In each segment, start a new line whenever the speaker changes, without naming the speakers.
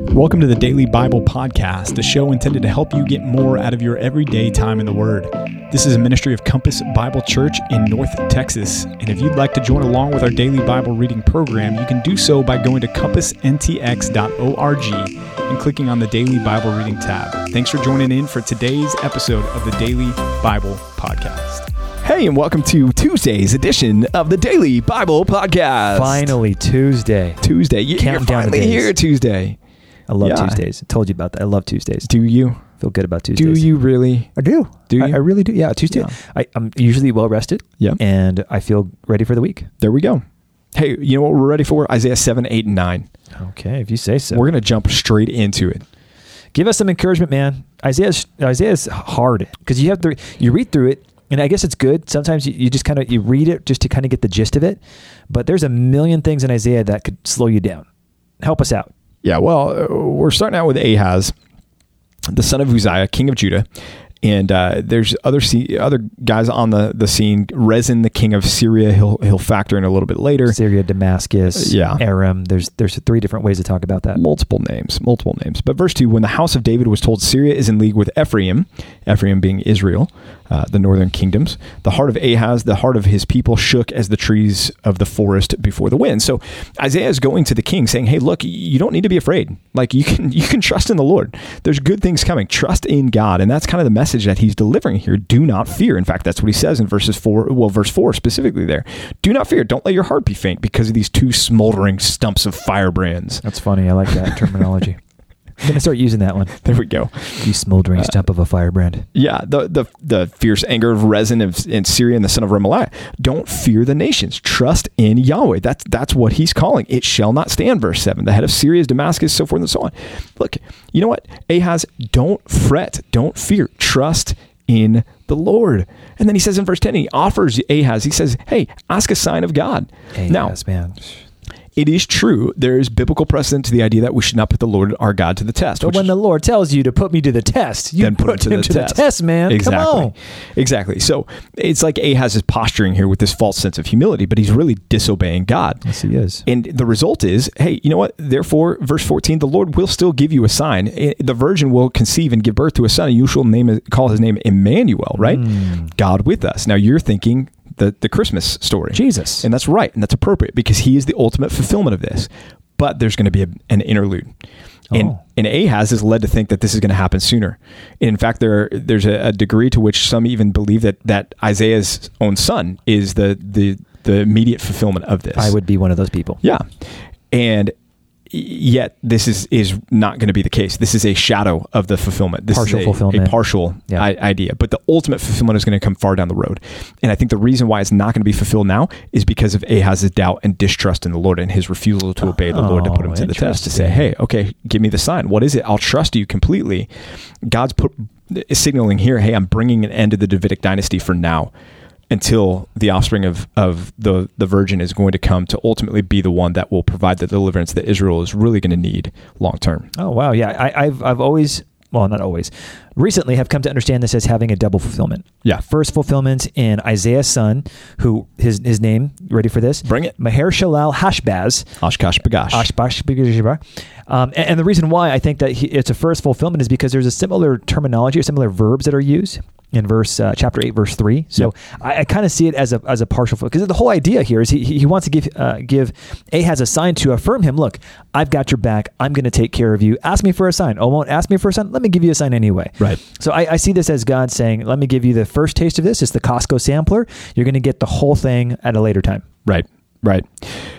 Welcome to the Daily Bible Podcast, the show intended to help you get more out of your everyday time in the Word. This is a ministry of Compass Bible Church in North Texas. And if you'd like to join along with our daily Bible reading program, you can do so by going to compassntx.org and clicking on the Daily Bible Reading tab. Thanks for joining in for today's episode of the Daily Bible Podcast.
Hey, and welcome to Tuesday's edition of the Daily Bible Podcast.
Finally, Tuesday.
Tuesday. You- You're
Countdown to
finally
days.
here Tuesday.
I love
Yeah.
Tuesdays. I told you about that. I love Tuesdays.
Do you?
Feel good about
Do
Tuesdays.
you really?
I do.
Do
I,
you?
I really do. Yeah, Tuesday.
Yeah.
I, I'm usually well rested.
Yeah.
And I feel ready for the week.
There we go. Hey, you know what we're ready for? Isaiah 7, 8, and 9.
Okay, if you say so.
We're going to jump straight into it.
Give us some encouragement, man. Isaiah's Isaiah's hard because you have to you read through it, and I guess it's good. Sometimes you, you just kind of you read it just to kind of get the gist of it, but there's a million things in Isaiah that could slow you down. Help us out.
Yeah, well, uh, we're starting out with Ahaz, the son of Uzziah, king of Judah. And uh, there's other se- other guys on the, the scene. Rezin, the king of Syria, he'll, he'll factor in a little bit later.
Syria, Damascus,
Yeah.
Aram. There's there's three different ways to talk about that.
multiple names, multiple names. But verse 2 when the house of David was told Syria is in league with Ephraim, Ephraim being Israel, uh, the northern kingdoms, the heart of Ahaz, the heart of his people shook as the trees of the forest before the wind. So Isaiah is going to the king saying, "Hey, look, you don't need to be afraid. Like you can you can trust in the Lord. There's good things coming. Trust in God." And that's kind of the message that he's delivering here. Do not fear. In fact, that's what he says in verses 4, well, verse 4 specifically there. Do not fear. Don't let your heart be faint because of these two smoldering stumps of firebrands.
That's funny. I like that terminology. I'm gonna start using that one.
There we go.
You smoldering stump of a firebrand.
Yeah, the the the fierce anger of Rezin of, and Syria and the son of Remaliah. Don't fear the nations. Trust in Yahweh. That's that's what he's calling. It shall not stand. Verse seven. The head of Syria is Damascus, so forth and so on. Look, you know what? Ahaz, don't fret. Don't fear. Trust in the Lord. And then he says in verse ten, he offers Ahaz. He says, "Hey, ask a sign of God."
Hey,
now,
yes, man.
it is true. There is biblical precedent to the idea that we should not put the Lord our God to the test.
But
which
when the Lord tells you to put me to the test, you
then put, it to, the,
him to
test.
the test, man.
Exactly.
Come on.
Exactly. So it's like Ahaz is posturing here with this false sense of humility, but he's really disobeying God.
Yes, he is.
And the result is, hey, you know what? Therefore, verse 14, the Lord will still give you a sign. I- The virgin will conceive and give birth to a son, and you shall name call his name Emmanuel, right?
Hmm.
God with us. Now you're thinking the, the Christmas story.
Jesus.
And that's right. And that's appropriate because he is the ultimate fulfillment of this. But there's going to be a, an interlude. And,
Oh.
and Ahaz is led to think that this is going to happen sooner. In fact, there there's a, a degree to which some even believe that, that Isaiah's own son is the, the, the immediate fulfillment of this.
I would be one of those people.
Yeah. And yet this is is not going to be the case. This is a shadow of the fulfillment. This
Partial
is a,
fulfillment.
a partial
Yeah.
I- idea, but the ultimate fulfillment is going to come far down the road. And I think the reason why it's not going to be fulfilled now is because of Ahaz's doubt and distrust in the Lord and his refusal to obey the Lord to put him
Oh,
to the test to say,
interesting.
"Hey, okay, give me the sign. What is it? I'll trust you completely." God's put signaling here, "Hey, I'm bringing an end to the Davidic dynasty for now." until the offspring of, of the, the virgin is going to come to ultimately be the one that will provide the deliverance that Israel is really going to need long term.
Oh wow, yeah. I, I've I've always well, not always. Recently, have come to understand this as having a double fulfillment.
Yeah.
First fulfillment in Isaiah's son, who his his name. Ready for this?
Bring it.
Maher Shalal Hashbaz.
Oshkosh Bagash.
Ashbash Bigajibra. Um, and, and the reason why I think that he, it's a first fulfillment is because there's a similar terminology or similar verbs that are used in verse uh, chapter 8 verse 3 so
Yep.
i, I kind of see it as a as a partial because the whole idea here is he, he he wants to give uh, give ahaz a sign to affirm him look i've got your back i'm going to take care of you ask me for a sign oh won't ask me for a sign let me give you a sign anyway
Right.
so I, I see this as god saying let me give you the first taste of this it's the costco sampler you're going to get the whole thing at a later time
Right. Right.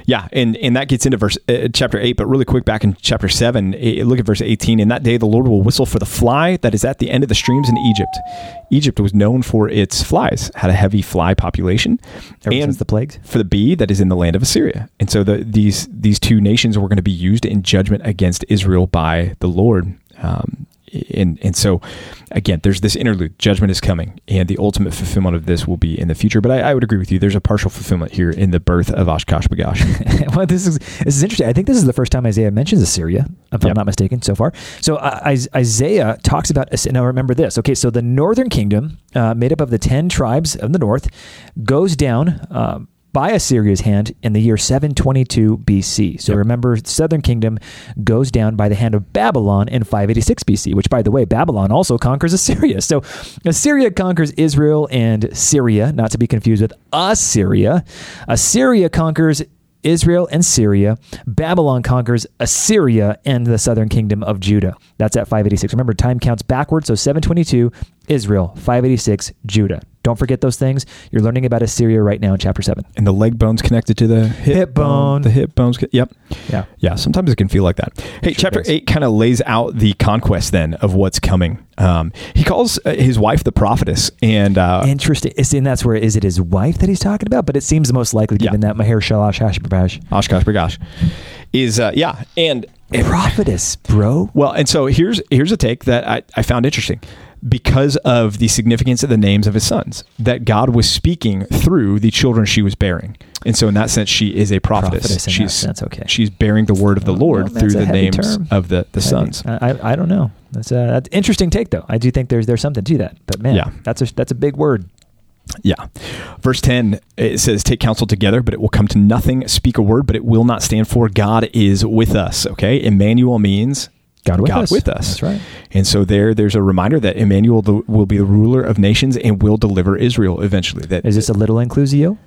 Yeah, and and that gets into verse uh, chapter 8, but really quick back in chapter 7, eh, look at verse 18. In that day the Lord will whistle for the fly that is at the end of the streams in Egypt. Egypt was known for its flies, had a heavy fly population.
ever since the plagues
for the bee that is in the land of Assyria. And so the, these these two nations were going to be used in judgment against Israel by the Lord. Um, and and so again, there's this interlude. Judgment is coming, and the ultimate fulfillment of this will be in the future. But I, I would agree with you. There's a partial fulfillment here in the birth of Oshkosh Bagosh.
well, this is this is interesting. I think this is the first time Isaiah mentions Assyria, if
Yep.
I'm not mistaken, so far. So uh, Is- Isaiah talks about Ass- now. Remember this, okay? So the northern kingdom, uh, made up of the ten tribes of the north, goes down. Um, by Assyria's hand in the year 722 BC. So
Yep.
remember, southern kingdom goes down by the hand of Babylon in 586 BC, which, by the way, Babylon also conquers Assyria. So Assyria conquers Israel and Syria, not to be confused with Assyria. Assyria conquers Israel and Syria. Babylon conquers Assyria and the southern kingdom of Judah. That's at 586. Remember, time counts backwards. So 722, Israel, 586, Judah. Don't forget those things. You're learning about Assyria right now in chapter 7.
and the leg bone's connected to the hip,
Hip bone.
The hip bone's. co- Yep.
Yeah.
Yeah. Sometimes it can feel like that. Hey,
sure
chapter
does.
eight kind of lays out the conquest then of what's coming. Um, he calls uh, his wife the prophetess, and uh,
Interesting. It's- And that's where, is it his wife that he's talking about? But it seems the most likely
Yeah.
given that Maher Shalash Hashbash.
Oshkosh Bagosh is uh, yeah, and
Prophetess, bro.
Well, and so here's here's a take that I, I found interesting because of the significance of the names of his sons that God was speaking through the children she was bearing, and so in that sense, she is a prophetess.
Prophetess in that
she's
sense, okay.
She's bearing the word of the
Oh,
Lord
well, that's
through the
a heavy
names
term.
of the the sons.
I, I, I don't know. That's a that's interesting take, though. I do think there's there's something to that. But man,
Yeah.
that's a that's a big word.
Yeah, verse ten it says, "Take counsel together, but it will come to nothing. Speak a word, but it will not stand. For God is with us." Okay, Emmanuel means
God with us.
with us.
That's right.
And so there, there's a reminder that Emmanuel the, will be the ruler of nations and will deliver Israel eventually. That
Is this a little inclusio?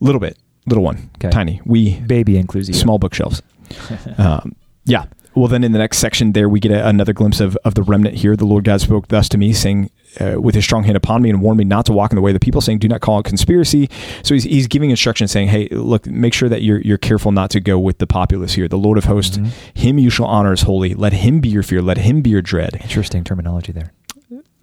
little bit, little one,
Okay.
tiny, wee,
Baby inclusio.
small bookshelves.
Uh,
um, yeah. Well, then in the next section there, we get a, another glimpse of, of the remnant here. The Lord God spoke thus to me, saying, uh, with his strong hand upon me and warned me not to walk in the way of the people, saying, do not call it conspiracy. So he's, he's giving instructions saying, hey, look, make sure that you're, you're careful not to go with the populace here. The Lord of hosts,
Mhm.
him you shall honor as holy. Let him be your fear. Let him be your dread.
Interesting terminology there.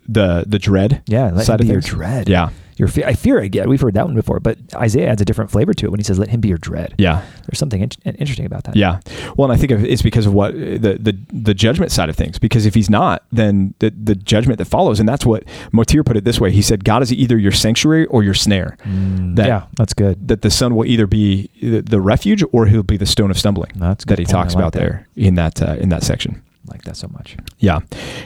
The, the dread.
Yeah, let
Side of
him be your
things.
dread.
Yeah.
your fear. I fear again. We've heard that one before, but Isaiah adds a different flavor to it when he says, "Let him be your dread."
Yeah.
There's something in- interesting about that.
Yeah. Well, and I think of- it's because of what uh, the, the the judgment side of things. Because if he's not, then the the judgment that follows, and that's what Motir put it this way. He said, "God is either your sanctuary or your snare."
Mm,
That-
yeah, that's good.
That the son will either be the, the refuge or he'll be the stone of stumbling.
That's a good
that he
point.
talks
I like
about
that.
there in that uh, in that section.
I like that so much.
Yeah.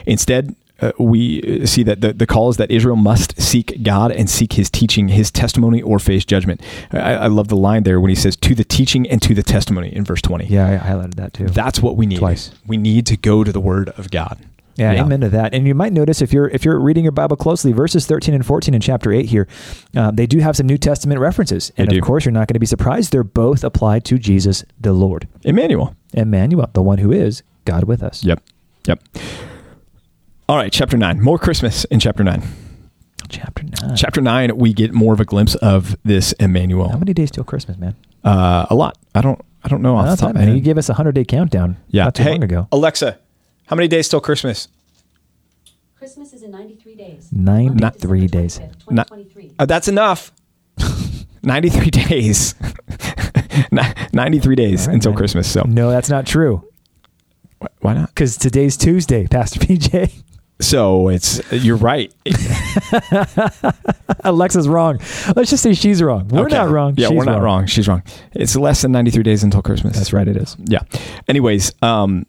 Instead, uh, we uh, see that the, the call is that Israel must seek God and seek his teaching, his testimony, or face judgment. I, I love the line there when he says, to the teaching and to the testimony in verse 20.
Yeah, I highlighted that too.
That's what we need.
Twice.
We need to go to the word of God.
Yeah,
Yeah.
amen to that. And you might notice if you're if you're reading your Bible closely, verses 13 and 14 in chapter 8 here, uh, they do have some New Testament references. And
They
of
do.
course, you're not going to be surprised. They're both applied to Jesus the Lord,
Emmanuel.
Emmanuel, the one who is God with us.
Yep. Yep. All right, chapter 9. More Christmas in chapter 9.
Chapter 9.
Chapter 9, we get more of a glimpse of this
How
Emmanuel.
many days till Christmas, man?
Uh, a lot. I don't I don't know off
Not
the top
that
of my
many. You
head.
gave us a 100 day countdown
Yeah.
not too
Hey,
long ago.
Alexa, how many days till Christmas?
Christmas is in 93 days.
93 days.
Not- Uh, that's enough. 93 days. Ni- 93 days
All right,
until
man.
Christmas. So
No, that's not true.
wh- why not?
Because today's Tuesday, Pastor PJ.
So it's you're right.
Alexa's wrong. Let's just say she's wrong. We're
Okay.
not wrong.
Yeah,
She's
we're not wrong. She's wrong. It's less than 93 days until Christmas.
That's right, it is.
Yeah. Anyways, um,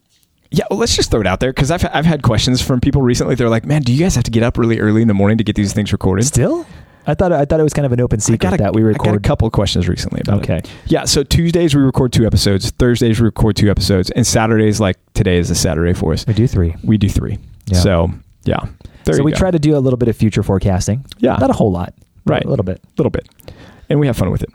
yeah, well, let's just throw it out there because I've, I've had questions from people recently. They're like, man, do you guys have to get up really early in the morning to get these things recorded?
Still? I thought I thought it was kind of an open
I
secret
got a-
that we
I got a
record
couple of questions recently about it.
Okay.
Yeah. So Tuesdays we record two episodes, Thursdays we record two episodes, and Saturdays, like today is a Saturday for us,
We do three.
we do three.
Yeah.
So, yeah. There
so
you
we
go.
try to do a little bit of future forecasting.
Yeah.
Not a whole lot. but
Right.
A little bit.
little bit and we have fun with it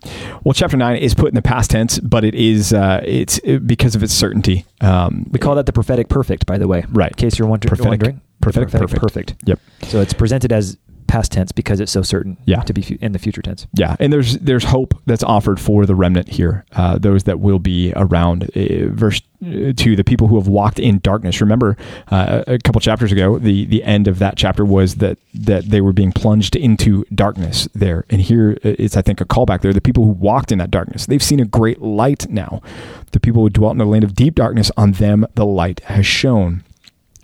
well chapter 9 is put in the past tense but it is uh, it's it- because of its certainty um,
We call that the prophetic perfect, by the way.
Right.
In case you're wonder-
Prophetic-
wondering.
prophetic
The
perfect.
perfect.
yep
So it's presented as past tense because it's so certain
Yeah.
to be fu- in the future tense.
yeah and there's there's hope that's offered for the remnant here uh, those that will be around uh, verse uh, 2 the people who have walked in darkness remember uh, a a couple chapters ago the the end of that chapter was that that they were being plunged into darkness there and here uh, it's i think a callback there the people who walked in that darkness they've seen a great light now the people who dwelt in the land of deep darkness on them the light has shone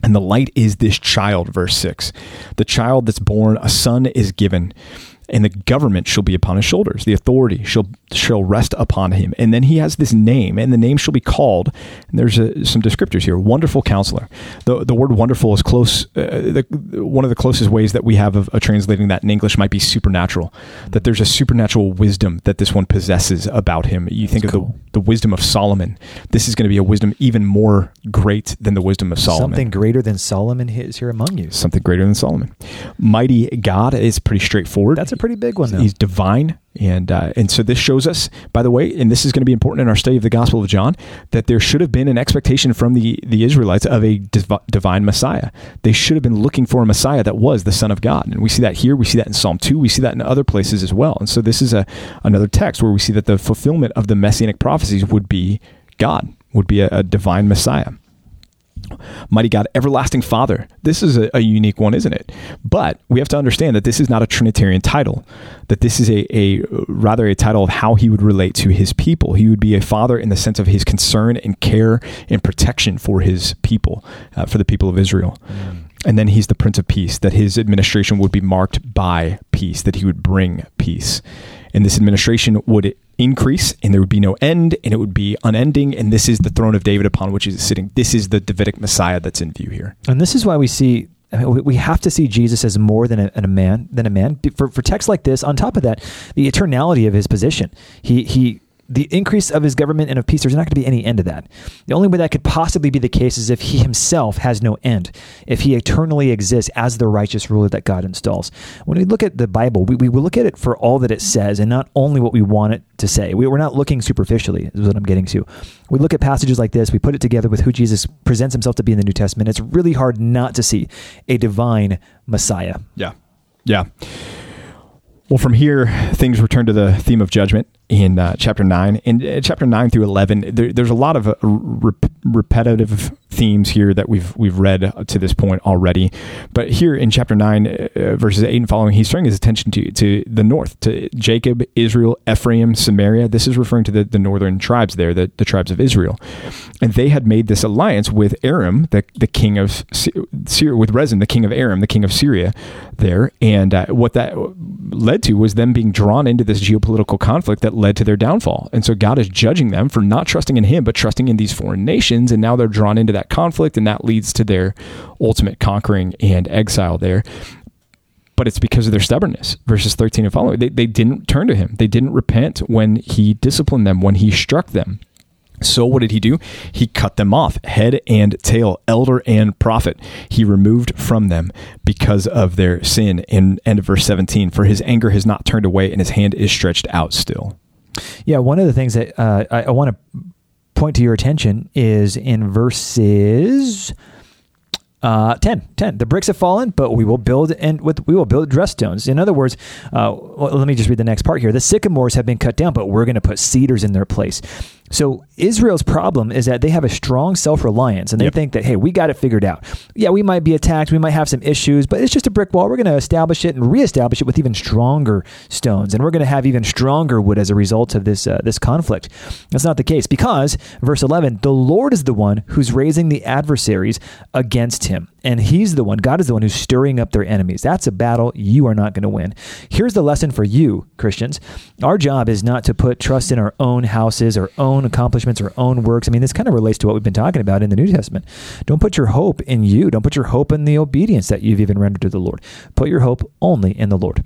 and the light is this child, verse 6. The child that's born, a son is given. and the government shall be upon his shoulders. The authority shall shall rest upon him. And then he has this name, and the name shall be called. And there's uh some descriptors here. Wonderful Counselor. The the word wonderful is close. Uh, the, one of the closest ways that we have of, of translating that in English might be supernatural. That there's a supernatural wisdom that this one possesses about him. You think of
cool.
the the wisdom of Solomon. This is going to be a wisdom even more great than the wisdom of Solomon
Something greater than Solomon is here among you.
something greater than Solomon. Mighty God is pretty straightforward.
That's a pretty big one, though.
He's divine, and uh, and so this shows us, by the way, and this is going to be important in our study of the Gospel of John, that there should have been an expectation from the the Israelites of a div- divine Messiah. They should have been looking for a Messiah that was the Son of God, and we see that here. We see that in Psalm two. We see that in other places as well. And so this is a another text where we see that the fulfillment of the messianic prophecies would be God, would be a, a divine Messiah. Mighty God, everlasting Father. This is a, a unique one, isn't it? But we have to understand that this is not a Trinitarian title, that this is a, a rather a title of how he would relate to his people. He would be a father in the sense of his concern and care and protection for his people, uh, for the people of Israel.
Mm.
And then he's the Prince of Peace, that his administration would be marked by peace, that he would bring peace. And this administration would increase and there would be no end and it would be unending. And this is the throne of David upon which he is sitting. This is the Davidic Messiah that's in view here.
And this is why we see I mean, we- we have to see Jesus as more than a, than a man than a man B- for for texts like this. On top of that, the eternality of his position, he he the increase of his government and of peace. There's not going to be any end to that. The only way that could possibly be the case is if he himself has no end, if he eternally exists as the righteous ruler that God installs. When we look at the Bible, we, we will look at it for all that it says and not only what we want it to say. We, we're not looking superficially, is what I'm getting to. We look at passages like this, we put it together with who Jesus presents himself to be in the New Testament. It's really hard not to see a divine Messiah.
Yeah. Yeah. Well, from here, things return to the theme of judgment in uh, chapter 9. In uh, chapter 9 through 11, there, there's a lot of uh, rep- repetitive themes here that we've we've read to this point already. But here in chapter 9, uh, verses 8 and following, he's turning his attention to, to the north, to Jacob, Israel, Ephraim, Samaria. This is referring to the, the northern tribes there, the, the tribes of Israel. And they had made this alliance with Aram, the, the king of Sy- Syria, with Rezin, the king of Aram, the king of Syria there. And uh, what that led to was them being drawn into this geopolitical conflict that led to their downfall. And so God is judging them for not trusting in Him, but trusting in these foreign nations. And now they're drawn into that conflict, and that leads to their ultimate conquering and exile there. But it's because of their stubbornness. Verses 13 and following. They, they didn't turn to Him, they didn't repent when He disciplined them, when He struck them. So what did he do? He cut them off, head and tail, elder and prophet. He removed from them because of their sin. In end of verse 17, for his anger has not turned away, and his hand is stretched out still.
Yeah, one of the things that uh, I, I want to point to your attention is in verses uh, 10, 10. The bricks have fallen, but we will build and with we will build dress stones. In other words, uh, well, let me just read the next part here. The sycamores have been cut down, but we're going to put cedars in their place. So Israel's problem is that they have a strong self-reliance and they
Yep.
think that hey, we got it figured out. Yeah, we might be attacked, we might have some issues, but it's just a brick wall. We're going to establish it and reestablish it with even stronger stones, and we're going to have even stronger wood as a result of this uh, this conflict. That's not the case because verse 11, the Lord is the one who's raising the adversaries against him. And he's the one, God is the one who's stirring up their enemies. That's a battle you are not going to win. Here's the lesson for you, Christians. Our job is not to put trust in our own houses, our own accomplishments, our own works. I mean, this kind of relates to what we've been talking about in the New Testament. Don't put your hope in you. Don't put your hope in the obedience that you've even rendered to the Lord. Put your hope only in the Lord.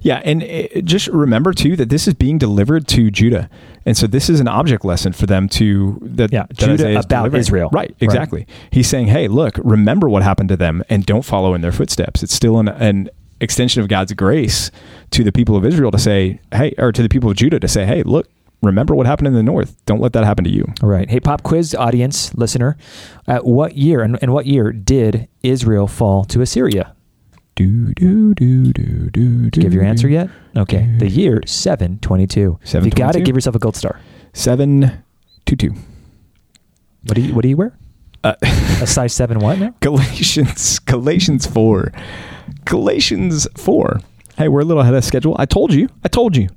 Yeah, and uh, just remember too that this is being delivered to Judah, and so this is an object lesson for them to that.
Yeah,
that
Judah
Isaiah is
about
delivering.
Israel.
right? Exactly. He's saying, "Hey, look, remember what happened to them, and don't follow in their footsteps." It's still an, an extension of God's grace to the people of Israel to say, "Hey," or to the people of Judah to say, "Hey, look, remember what happened in the north. Don't let that happen to you."
All right. Hey, pop quiz audience, listener. At what year and, and what year did Israel fall to Assyria?
Do do do do do. do
Give your answer
do.
yet? Okay. The year 722. If you got
722?
it, give yourself a gold star.
Seven two two.
What do you What do you wear?
Uh,
A size seven what now?
Galatians, Galatians 4. Galatians 4. Hey, we're a little ahead of schedule. I told you. I told you.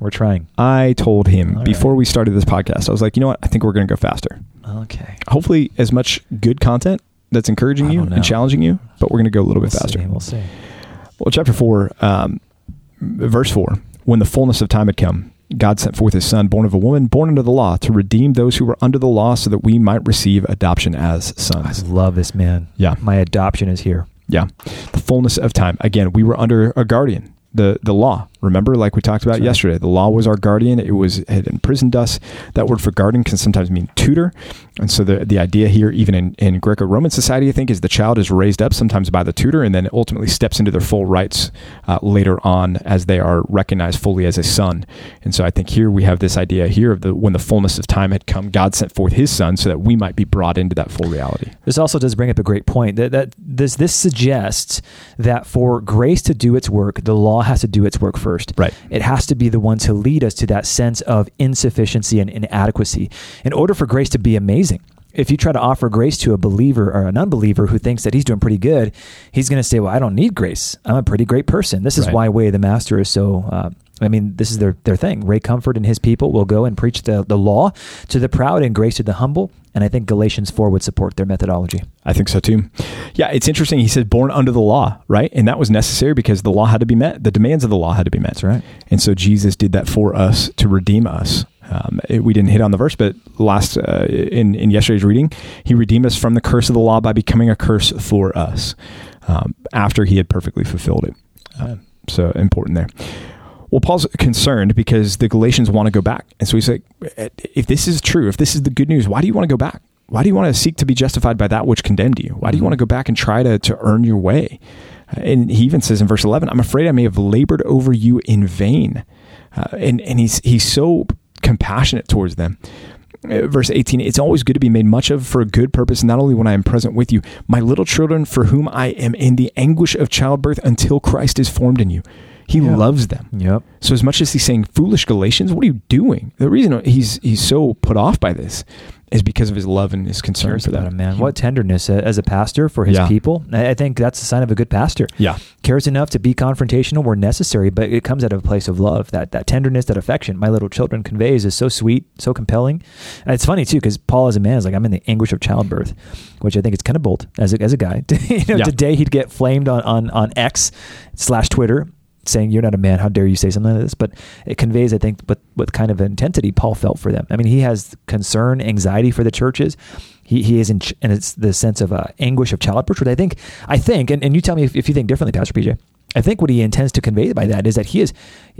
We're trying.
I told him
All
before
right.
we started this podcast. I was like, you know what? I think we're going to go faster.
Okay.
Hopefully, as much good content that's encouraging
I
you
don't know.
and challenging you, but we're going to go a little
We'll
bit faster.
see. We'll see.
Well, chapter 4, um, Verse 4 When the fullness of time had come, God sent forth his son, born of a woman, born under the law, to redeem those who were under the law so that we might receive adoption as
I
sons.
love this man.
Yeah.
My adoption is here.
Yeah. The fullness of time. Again, we were under a guardian, the the law. Remember, like we talked about
That's right.
yesterday, the law was our guardian. It was it had imprisoned us. That word for guardian can sometimes mean tutor. And so the the idea here, even in, in Greco Roman society, I think, is the child is raised up sometimes by the tutor and then ultimately steps into their full rights uh, later on as they are recognized fully as a son. And so I think here we have this idea here of the when the fullness of time had come, God sent forth his son so that we might be brought into that full reality.
This also does bring up a great point that, that this this suggests that for grace to do its work, the law has to do its work first.
Right.
It has to be the one to lead us to that sense of insufficiency and inadequacy in order for grace to be amazing. If you try to offer grace to a believer or an unbeliever who thinks that he's doing pretty good, he's going to say, "Well, I don't need grace. I'm a pretty great person." This is
Right.
why Way of the Master is so. Uh, I mean, this is their, their thing. Ray Comfort and his people will go and preach the, the law to the proud and grace to the humble. And I think Galatians 4 would support their methodology.
I think so too. Yeah, it's interesting. He said born under the law, right? And that was necessary because the law had to be met. The demands of the law had to be met.
right.
And so Jesus did that for us to redeem us. Um, it- we didn't hit on the verse, but last uh, in in yesterday's reading, he redeemed us from the curse of the law by becoming a curse for us um, after he had perfectly fulfilled it. Um, so important there. Well, Paul's concerned because the Galatians want to go back, and so he's like, "If this is true, if this is the good news, why do you want to go back? Why do you want to seek to be justified by that which condemned you? Why do you want to go back and try to to earn your way?" And he even says in verse 11, I'm afraid I may have labored over you in vain. Uh, and, and he's, he's so compassionate towards them. Uh, Verse 18, it's always good to be made much of for a good purpose, not only when I am present with you, my little children, for whom I am in the anguish of childbirth until Christ is formed in you. He
Yeah.
loves them.
Yep.
So as much as he's saying, "Foolish Galatians, what are you doing?" The reason he's he's so put off by this is because of his love and his concern
Cares
for
about
them.
him, man. What tenderness uh, as a pastor for his
Yeah.
people. I I think that's a sign of a good pastor.
Yeah,
Cares enough to be confrontational where necessary, but it comes out of a place of love. That that tenderness, that affection, my little children conveys is so sweet, so compelling. And it's funny too because Paul, as a man, is like I'm in the anguish of childbirth, which I think it's kind of bold as a, as a guy. you know,
Yeah.
today he'd get flamed on on on X slash Twitter saying you're not a man how dare you say something like this but it conveys i think what, what kind of intensity paul felt for them i mean he has concern anxiety for the churches he, he is in ch- and it's the sense of uh, anguish of childbirth which i think i think and, and you tell me if, if you think differently pastor pj i think what he intends to convey by that is that he is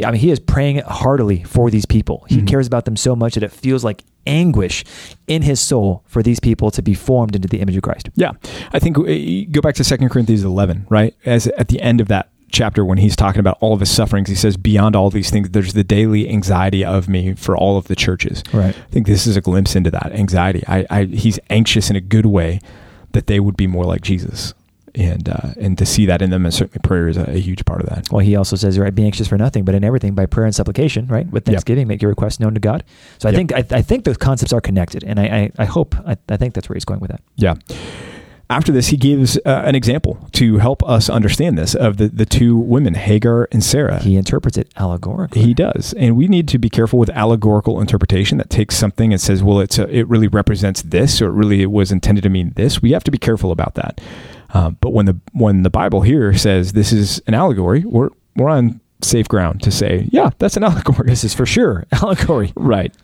i mean he is praying heartily for these people he
Mhm.
cares about them so much that it feels like anguish in his soul for these people to be formed into the image of christ
Yeah, I think uh, you go back to Second Corinthians eleven, right? As at the end of that chapter, when he's talking about all of his sufferings, he says, "Beyond all these things, there's the daily anxiety of me for all of the churches."
Right.
I think this is a glimpse into that anxiety. I, I he's anxious in a good way that they would be more like Jesus, and uh, and to see that in them, and certainly prayer is a, a huge part of that.
Well, he also says, right, be anxious for nothing, but in everything by prayer and supplication, right? With
Yep.
thanksgiving, make your requests known to God. So I
Yep.
think I, I think those concepts are connected, and I I, I hope I, I think that's where he's going with that.
Yeah. After this, he gives uh, an example to help us understand this of the, the two women, Hagar and Sarah.
He interprets it allegorically.
He does, and we need to be careful with allegorical interpretation that takes something and says, "Well, it's a, it really represents this, or it really was intended to mean this." We have to be careful about that. Um, but when the when the Bible here says this is an allegory, we're we're on safe ground to say, "Yeah, that's an allegory."
This is for sure allegory.
Right.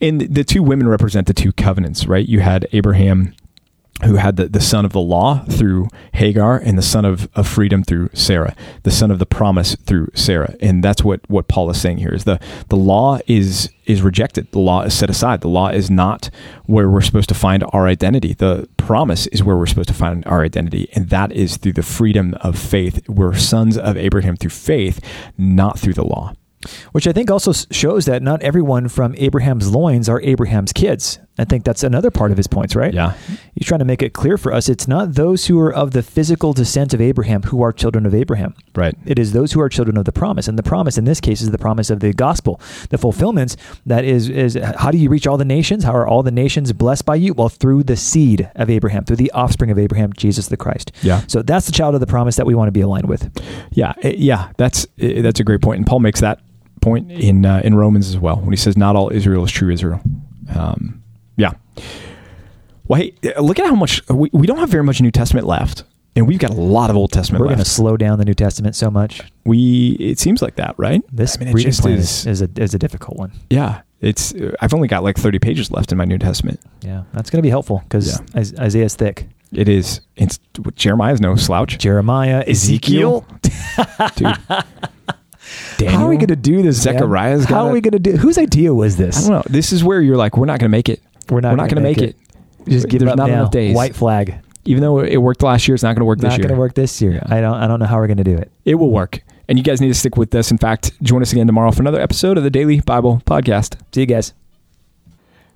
And the two women represent the two covenants, right? You had Abraham who had the, the son of the law through Hagar and the son of, of freedom through Sarah, the son of the promise through Sarah. And that's what, what Paul is saying here is the, the law is is rejected. The law is set aside. The law is not where we're supposed to find our identity. The promise is where we're supposed to find our identity. And that is through the freedom of faith. We're sons of Abraham through faith, not through the law.
which I think also s- shows that not everyone from Abraham's loins are Abraham's kids. I think that's another part of his points, right?
Yeah.
He's trying to make it clear for us it's not those who are of the physical descent of Abraham who are children of Abraham.
Right.
It is those who are children of the promise. And the promise in this case is the promise of the gospel. The fulfillment that is is how do you reach all the nations? How are all the nations blessed by you? Well, through the seed of Abraham, through the offspring of Abraham, Jesus the Christ.
Yeah.
So that's the child of the promise that we want to be aligned with.
Yeah, eh, yeah, that's eh, that's a great point, and Paul makes that point in uh, in Romans as well when he says, "Not all Israel is true Israel." Um, yeah. Well, hey, eh, look at how much we, we don't have very much New Testament left, and we've got a lot of Old Testament
We're going to
left.
slow down the New Testament so much.
we it seems like that, right?
This
I mean, it
reading
just
plan
is-
is, is, a, is a difficult one.
Yeah, it's eh, I've only got like 30 pages left in my New Testament.
Yeah, that's going to be helpful because
Yeah.
Isaiah's Isaiah's thick.
It is. It's Jeremiah's no slouch.
Jeremiah, Ezekiel.
Dude.
How are we going to do this? man?
Zechariah's
How
gotta-
are we going to do? Whose idea was
I
this?
don't know. This is where you're like, we're not going to make it.
We're not.
we're not going to make it.
Just give
There's
up
not
now.
enough days.
White flag.
Even though it worked last year, it's not going to work this
not
year.
going to work this year.
Yeah.
I don't. I don't know how we're going to do it.
It will work. And you guys need to stick with us. In fact, join us again tomorrow for another episode of the Daily Bible Podcast.
See you guys.